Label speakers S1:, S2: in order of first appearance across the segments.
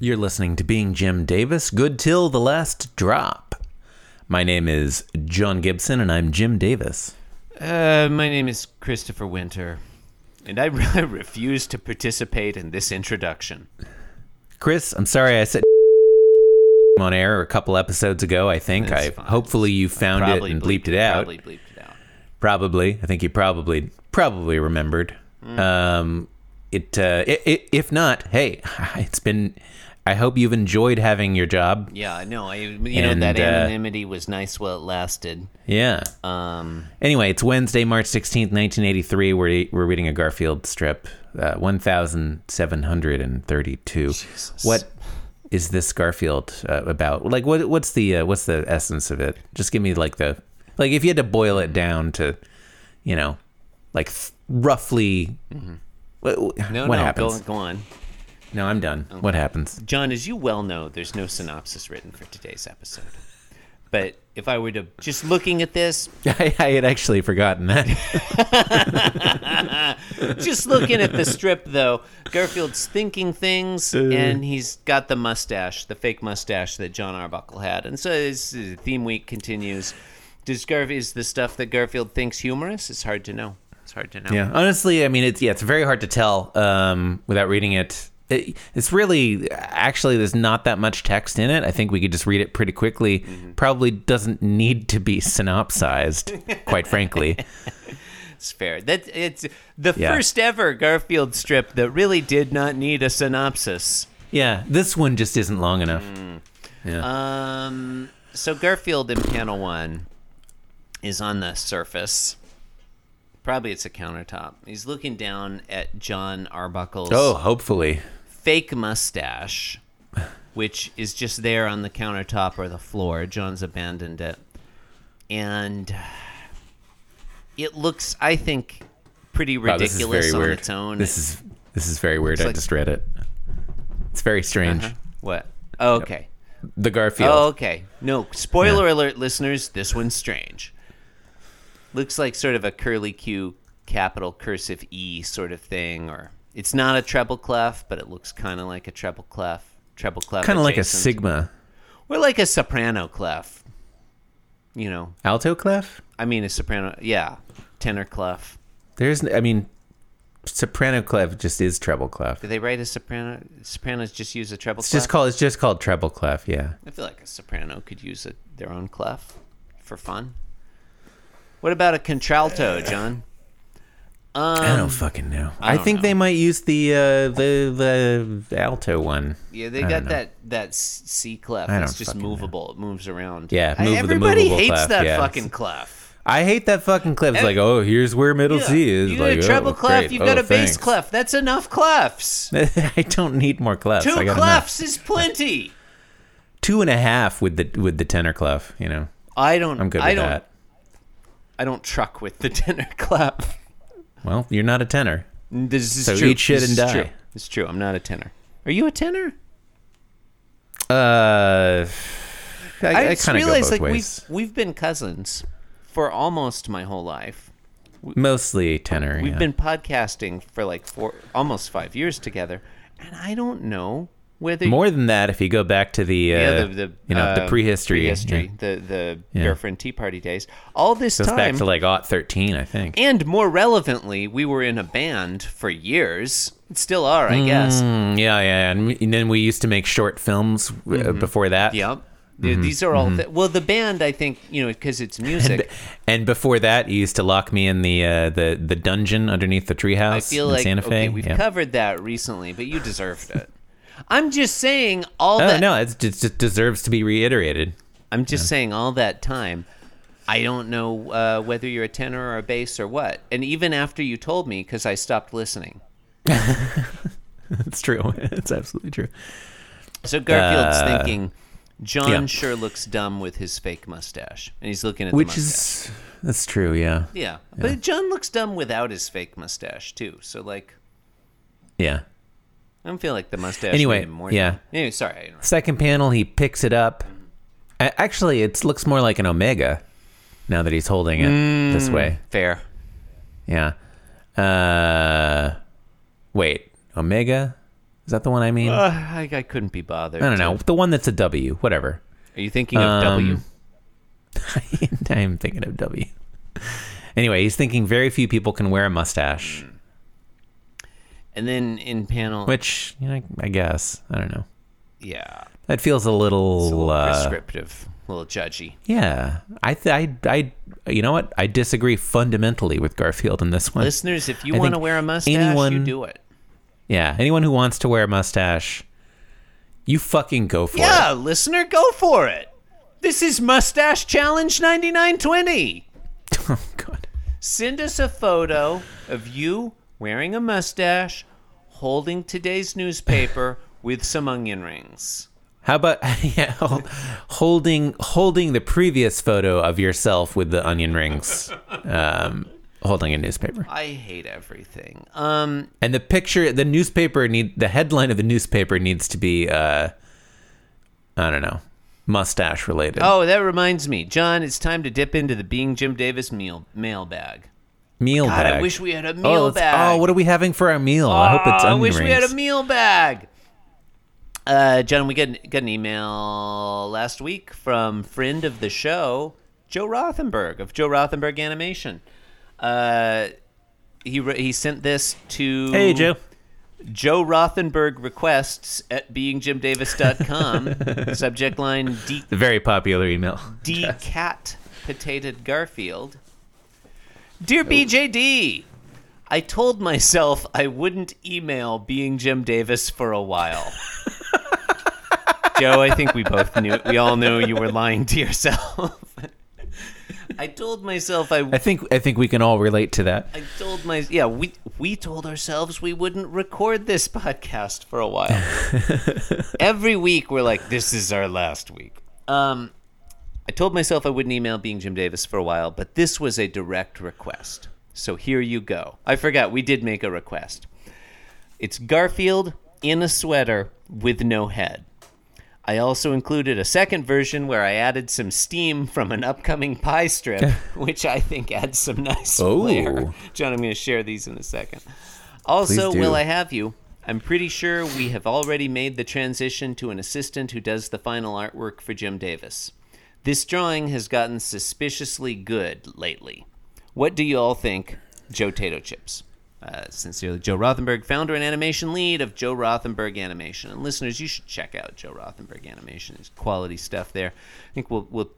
S1: You're listening to Being Jim Davis, good till the last drop. My name is John Gibson, and I'm Jim Davis.
S2: Uh, my name is Christopher Winter, and I really refuse to participate in this introduction.
S1: Chris, I'm sorry I said on air a couple episodes ago, I think.
S2: That's
S1: I
S2: fine.
S1: hopefully you found it and bleeped it out.
S2: Probably bleeped it out.
S1: Probably. I think you probably probably remembered. Um, it, uh, i i if not, hey, it's been. I hope you've enjoyed having your job.
S2: Yeah, I know. I you
S1: And,
S2: know that
S1: uh,
S2: anonymity was nice while it lasted.
S1: Yeah.
S2: Um,
S1: Anyway, it's Wednesday, March 16th, 1983. We're, we're reading a Garfield strip, uh, 1732. What is this Garfield uh, about? Like, what what's the uh, what's the essence of it? Just give me like the like if you had to boil it down to, you know, like th- roughly. What,
S2: no,
S1: what
S2: no,
S1: happens?
S2: Go, go on,
S1: No, I'm done. What happens?
S2: John. As you well know, there's no synopsis written for today's episode. But if I were to just looking at this,
S1: I, I had actually forgotten that.
S2: just looking at the strip though, Garfield's thinking things,
S1: Uh.
S2: and he's got the mustache, the fake mustache that John Arbuckle had, and so his uh, theme week continues. Does Garf is the stuff that Garfield thinks humorous? It's hard to know. It's hard to know.
S1: Yeah, honestly, I mean, it's yeah, it's very hard to tell um, without reading it. it. It's really actually there's not that much text in it. I think we could just read it pretty quickly.
S2: Mm-hmm.
S1: Probably doesn't need to be synopsized, quite frankly.
S2: It's fair. That it's the
S1: Yeah.
S2: first ever Garfield strip that really did not need a synopsis.
S1: Yeah, this one just isn't long enough.
S2: Mm. Um, so Garfield in panel one is on the surface. Probably it's a countertop. He's looking down at John Arbuckle's
S1: Oh, hopefully.
S2: fake mustache, which is just there on the countertop or the floor. John's abandoned it. And it looks, I think, pretty
S1: Wow, this is
S2: ridiculous
S1: very
S2: on
S1: weird.
S2: its own.
S1: This is this is very weird. I
S2: like- Uh-huh.
S1: just read it. It's very strange.
S2: what? Oh, okay.
S1: The Garfield.
S2: Oh, okay. No, spoiler alert, listeners. This one's strange. Looks like sort of a curly Q, capital cursive E sort of thing, or it's not a treble clef, but it looks kind of like a treble clef. Treble clef.
S1: kind of like a
S2: adjacent.
S1: sigma
S2: Or like a soprano clef. You know,
S1: alto clef.
S2: I mean a soprano. Yeah, tenor clef.
S1: There's, n- I mean, soprano clef just is treble clef.
S2: Do they write a soprano? Sopranos just use a treble.
S1: It's
S2: clef?
S1: just called. It's just called treble clef. Yeah.
S2: I feel like a soprano could use a, their own clef for fun. What about a contralto, John?
S1: I
S2: Um,
S1: don't fucking know. I,
S2: don't
S1: think
S2: know.
S1: they might use the uh, the the alto one.
S2: yeah, they
S1: I
S2: got
S1: don't know.
S2: that that s- C clef.
S1: I
S2: It's
S1: don't
S2: just
S1: fucking know.
S2: movable. It moves around.
S1: Yeah,
S2: I-
S1: move the
S2: everybody
S1: movable
S2: hates
S1: clef,
S2: that
S1: yeah.
S2: fucking clef.
S1: I hate that fucking clef. It's
S2: Eh,
S1: like, oh, here's where middle C is.
S2: you got
S1: like,
S2: a treble
S1: oh,
S2: clef.
S1: great.
S2: You've got
S1: Oh,
S2: a bass
S1: thanks.
S2: clef. That's enough clefs.
S1: I don't need more clefs.
S2: Two
S1: I got enough.
S2: clefs is plenty.
S1: Two and a half with the with the tenor clef. You know,
S2: I don't.
S1: I'm good
S2: I
S1: with
S2: don't.
S1: that.
S2: I don't truck with the tenor clef.
S1: Well, you're not a tenor.
S2: This is
S1: So
S2: true.
S1: eat shit and
S2: This is
S1: die.
S2: True. It's true. I'm not a tenor. Are you a tenor?
S1: Uh, I, I,
S2: I, just
S1: kind of go
S2: realized
S1: both
S2: like
S1: ways.
S2: we've we've been cousins for almost my whole life.
S1: Mostly tenor.
S2: We've
S1: yeah.
S2: been podcasting for like four almost five years together, and I don't know whether
S1: more than that if you go back to the, uh,
S2: yeah, the, the
S1: you know the
S2: uh,
S1: prehistory.
S2: prehistory,
S1: yeah.
S2: the the
S1: Yeah.
S2: girlfriend tea party days. All this
S1: goes back
S2: time,
S1: to like aught 13, I think.
S2: and more relevantly, we were in a band for years. Still are, I guess.
S1: Mm, yeah, yeah, and, we- and then we used to make short films uh,
S2: Mm-hmm.
S1: before that.
S2: Yep.
S1: Mm-hmm.
S2: Th- These are all thi- well. The band, I think, you know, because it's music.
S1: And before that, you used to lock me in the uh, the the dungeon underneath the treehouse
S2: I feel
S1: in
S2: like
S1: Santa Fe.
S2: okay, we've
S1: yeah.
S2: covered that recently, but you deserved it. I'm just saying all
S1: Oh
S2: that.
S1: no, it's, it just deserves to be reiterated.
S2: I'm just saying all that time. I don't know uh, whether you're a tenor or a bass or what. And even after you told me, because I stopped listening.
S1: It's true. it's absolutely true.
S2: Oh So Garfield's
S1: Uh,
S2: thinking, John
S1: yeah.
S2: sure looks dumb with his fake mustache, and he's looking at the
S1: Which
S2: mustache.
S1: is that's true. Yeah,
S2: yeah. But John looks dumb without his fake mustache too. So like,
S1: yeah.
S2: I don't feel like the mustache.
S1: Anyway,
S2: made him more dumb.
S1: yeah.
S2: Anyway, sorry. I interrupted.
S1: Second panel, he picks it up. A- Actually, it looks more like an omega now that he's holding it this
S2: Mm.
S1: way.
S2: Fair.
S1: Yeah. Uh, wait, omega. Is that the one I mean?
S2: Uh, I, I couldn't be bothered.
S1: I don't know.
S2: to-
S1: The one that's a W, whatever.
S2: Are you thinking of W?
S1: Um, I'm thinking of W. Anyway, he's thinking very few people can wear a mustache,
S2: And then in panel,
S1: which you know, I guess I don't know.
S2: yeah,
S1: That feels a little,
S2: it's a little
S1: uh,
S2: prescriptive, a little judgy.
S1: yeah. I, th- I, I, you know what? I disagree fundamentally with Garfield in this one.
S2: Listeners, if you
S1: I
S2: want to
S1: think
S2: wear a mustache, you
S1: anyone-
S2: do it.
S1: yeah, anyone who wants to wear a mustache, you fucking go for it.
S2: Yeah, listener, go for it. This is Mustache Challenge 9920.
S1: oh god.
S2: Send us a photo of you wearing a mustache, holding today's newspaper with some onion rings.
S1: How about yeah, hol- holding holding the previous photo of yourself with the onion rings, um, holding a newspaper,
S2: I hate everything. Um,
S1: and the picture, the newspaper need the headline of the newspaper needs to be, uh, I don't know, mustache related.
S2: oh, that reminds me, John, it's time to dip into the Being Jim Davis meal mailbag.
S1: meal
S2: God,
S1: bag.
S2: I wish we had a meal
S1: oh, let's-
S2: bag.
S1: oh, what are we having for our meal? I hope it's
S2: Oh, I
S1: onion
S2: wish
S1: rings.
S2: we had a meal bag. Uh, John, we got, got an email last week from friend of the show, Joe Rothenberg of Joe Rothenberg Animation. Uh, he re- he sent this to
S1: hey, Joe.
S2: Joe Rothenberg requests at beingjimdavis.com. Subject line D
S1: The very popular email.
S2: decat potatoed Garfield. Dear BJD, I told myself I wouldn't email being Jim Davis for a while. Joe, I think we both knew, we all knew you were lying to yourself. I told myself I
S1: I think I think we can all relate to that.
S2: I told my yeah we we told ourselves we wouldn't record this podcast for a while. Every week we're like this is our last week. Um, I told myself I wouldn't email being Jim Davis for a while, but this was a direct request. So here you go. I forgot we did make a request. It's Garfield in a sweater with no head. I also included a second version where I added some steam from an upcoming pie strip, which I think adds some nice
S1: Oh.
S2: flair. John, I'm going to share these in a second. Also,
S1: Please do.
S2: will I have you? I'm pretty sure we have already made the transition to an assistant who does the final artwork for Jim Davis. This drawing has gotten suspiciously good lately. What do you all think, Joe Tato Chips? Uh, sincerely, Joe Rothenberg, founder and animation lead of Joe Rothenberg Animation. And listeners, you should check out Joe Rothenberg Animation. It's quality stuff there. I think we'll, we'll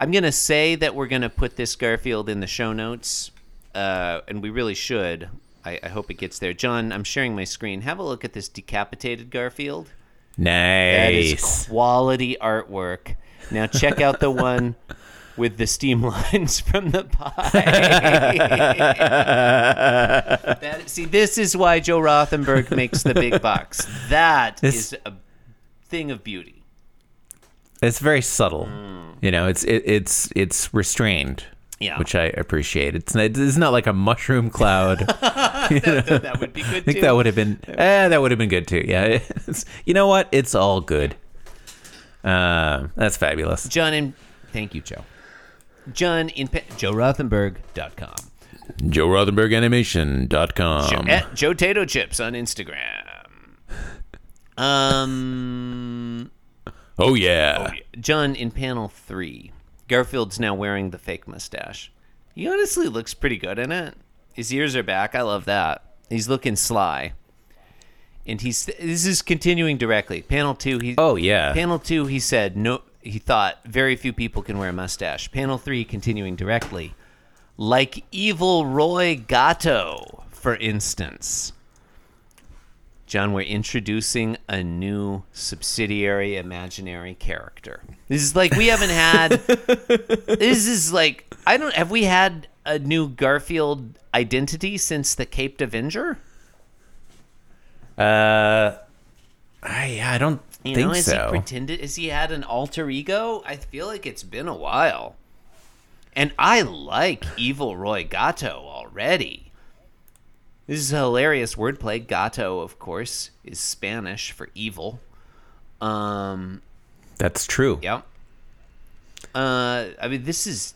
S2: I'm gonna say that we're gonna put this Garfield in the show notes, uh, and we really should. I, I hope it gets there. John, I'm sharing my screen. Have a look at this decapitated Garfield. That is
S1: Nice.
S2: quality artwork. Now check out the one with the steam lines from the pie. that, see, this is why Joe Rothenberg makes the big bucks. That is
S1: This-
S2: a thing of beauty.
S1: it's very subtle you know it's it, it's it's restrained
S2: Mm. Yeah.
S1: which i appreciate it's not, it's not like a mushroom cloud i
S2: That, that would be good
S1: think
S2: too.
S1: that would have been eh, that would have been good too yeah It's- you know what it's all good um that's fabulous
S2: John and thank you, Joe. John in pa- JoeRothenberg.com.
S1: joe rothenberg animation.com
S2: Joe, eh. at Joe Tato Chips on Instagram. Um,
S1: oh yeah
S2: John in panel three. Garfield's now wearing the fake mustache. He honestly looks pretty good in it. His ears are back. I love that. He's looking sly. And he's this is continuing directly. Panel two. He
S1: oh yeah
S2: Panel two, he said no. He thought very few people can wear a mustache. Panel three, continuing directly, like evil Roy Gatto, for instance. John, we're introducing a new subsidiary imaginary character. This is like we haven't had. this is like I don't have we had a new Garfield identity since the Caped Avenger.
S1: I, I don't
S2: You
S1: think
S2: know, has
S1: so
S2: he pretended? Has he had an alter ego? I feel like it's been a while. And I like Evil Roy Gatto already. This is hilarious wordplay. Gato, of course, is Spanish for evil. Um,
S1: that's true
S2: yep. Uh, I mean, this is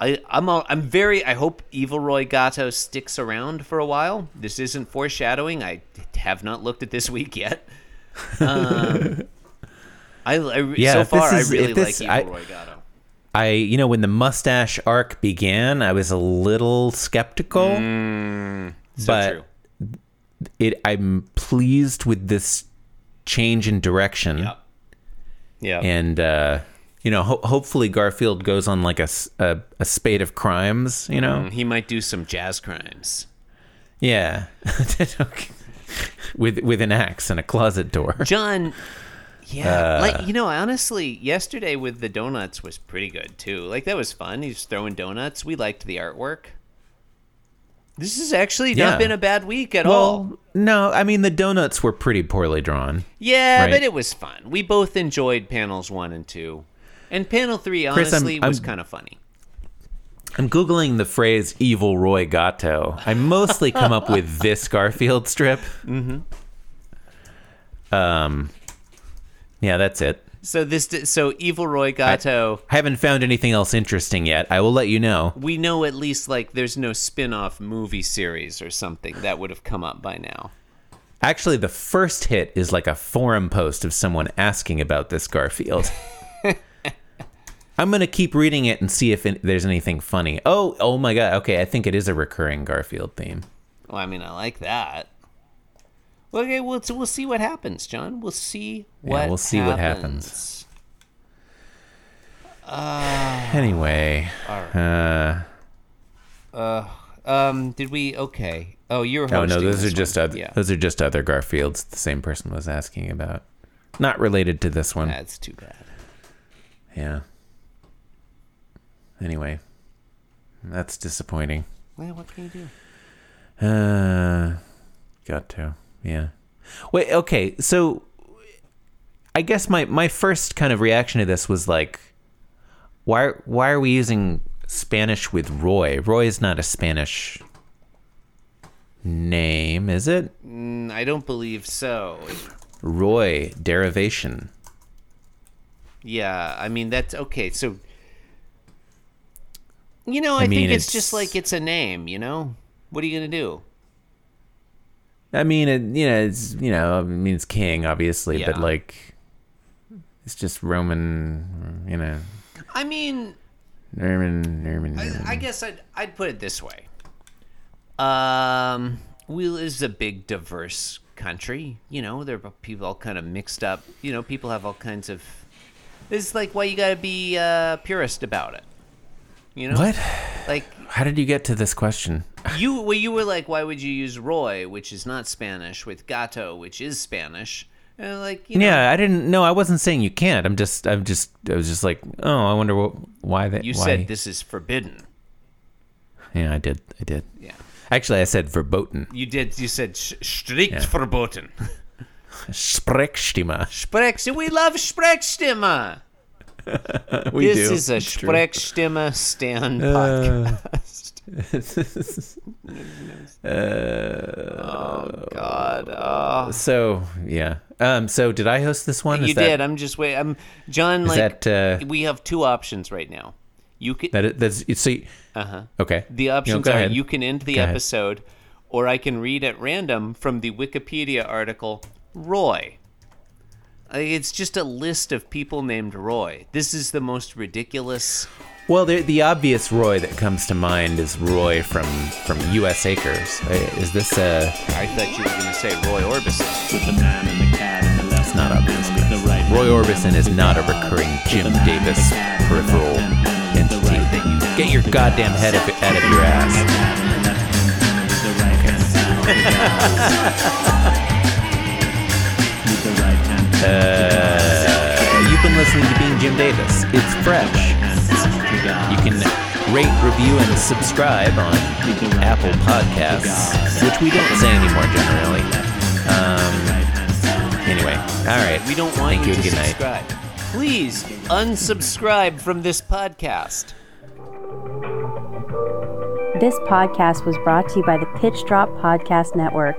S2: I, I'm all, I'm very I hope Evil Roy Gatto sticks around for a while. This isn't foreshadowing. I have not looked at this week yet. Um, I, I
S1: Yeah,
S2: so
S1: if this
S2: far
S1: is-
S2: I really
S1: if this-
S2: like
S1: I-
S2: Evil Roy Gatto.
S1: I, you know, when the mustache arc began, I was a little skeptical,
S2: Mm, So
S1: but
S2: true.
S1: it. I'm pleased with this change in direction,
S2: Yeah. Yeah.
S1: and uh, you know, ho- hopefully Garfield goes on like a, s- a- a spade of crimes. You know,
S2: he might do some jazz crimes.
S1: yeah, Okay. with with an axe and a closet door.
S2: John,
S1: Uh,
S2: yeah, like you know, honestly, yesterday with the donuts was pretty good too. Like that was fun. He's throwing donuts. We liked the artwork. This has actually
S1: Yeah.
S2: not been a bad week at all.
S1: Well, no, I mean the donuts were pretty poorly drawn.
S2: Yeah,
S1: right.
S2: but it was fun. We both enjoyed panels one and two, and panel three
S1: Chris, I'm-
S2: honestly was
S1: I'm-
S2: kind of funny.
S1: I'm googling the phrase "evil Roy Gatto." I mostly come up with this Garfield strip. Mm-hmm. Um, yeah, that's it.
S2: So this, di- so Evil Roy Gatto.
S1: I haven't found anything else interesting yet. I will let you know.
S2: we know at least like there's no spin-off movie series or something that would have come up by now.
S1: Actually, the first hit is like a forum post of someone asking about this Garfield. I'm gonna keep reading it and see if it, there's anything funny. Oh, oh my god. Okay, I think it is a recurring Garfield theme.
S2: Well, I mean, I like that. Well, Okay, we'll we'll see what happens, John. We'll see what
S1: we'll see what happens. Anyway, uh,
S2: Um, did we? Okay. Oh, you're.
S1: oh
S2: hosting
S1: no, those are
S2: this
S1: just
S2: one.
S1: other,
S2: Yeah,
S1: those are just other Garfields. The same person was asking about, not related to this one.
S2: that's too bad.
S1: Yeah. Anyway, that's disappointing.
S2: Well, what can you do?
S1: Uh, got to. Yeah. Wait. Okay. So, I guess my my first kind of reaction to this was like, why why are we using Spanish with Roy? Roy is not a Spanish name, is it?
S2: Mm, I don't believe so.
S1: Roy derivation.
S2: Yeah, I mean that's okay. So, you know, I,
S1: mean,
S2: think it's,
S1: it's-
S2: just like it's a name. You know, what are you gonna do?
S1: I mean, it, you know, it's you know, I mean, it's king, obviously, but
S2: Yeah.
S1: like, it's just Roman, you know,
S2: I mean,
S1: Norman, Norman. Norman.
S2: I guess I'd I'd put it this way. Um, we is a big diverse country. You know, there are people all kind of mixed up. You know, people have all kinds of. This is like why you gotta be uh, purist about it. You know,
S1: what?
S2: like
S1: How did you get to this question?
S2: you well, you were like, why would you use Roy, which is not Spanish, with Gato, which is Spanish? And like, you know,
S1: Yeah, I didn't. No, I wasn't saying you can't. I'm just. I'm just. I was just like, oh, I wonder what, why that.
S2: you
S1: why.
S2: said this is forbidden.
S1: Yeah, I did. I did.
S2: Yeah,
S1: Actually, I said verboten.
S2: you did. You said "Sh- strict verboten.
S1: Sprechstimme.
S2: Sprech, we love Sprechstimme.
S1: We
S2: This is a Sprechstimme Stan
S1: Uh,
S2: podcast. oh God! Oh.
S1: So yeah. Um. So did I host this one?
S2: You
S1: is that,
S2: did. I'm just wait. I'm John.
S1: Is
S2: Like
S1: that? Uh,
S2: we have two options right now. You can.
S1: that. is- That's. It's, so.
S2: Uh huh.
S1: Okay.
S2: The options
S1: go
S2: are
S1: ahead.
S2: you can end the
S1: Go ahead.
S2: episode, or I can read at random from the Wikipedia article Roy. Uh, It's just a list of people named Roy. This is the most ridiculous.
S1: Well, the, the obvious Roy that comes to mind is Roy from from U.S. Acres. Uh, Is this uh
S2: I thought you were going to say Roy Orbison.
S3: with the man and the cat and the left
S1: not
S3: hand
S1: obvious,
S3: man with the right
S1: Roy
S3: hand
S1: Orbison is not a recurring Jim Davis peripheral entity. Get your goddamn head up, out of your ass.
S3: and the left hand with the right hand man with the ass. with the right hand
S1: Uh, you've been listening to Being Jim Davis. It's fresh. You can rate, review, and subscribe on Apple Podcasts, which we don't say anymore generally. Um, anyway, all right.
S2: We don't want
S1: Thank
S2: you,
S1: you and
S2: to
S1: good night.
S2: subscribe. Please unsubscribe from this podcast.
S4: This podcast was brought to you by the Pitch Drop Podcast Network.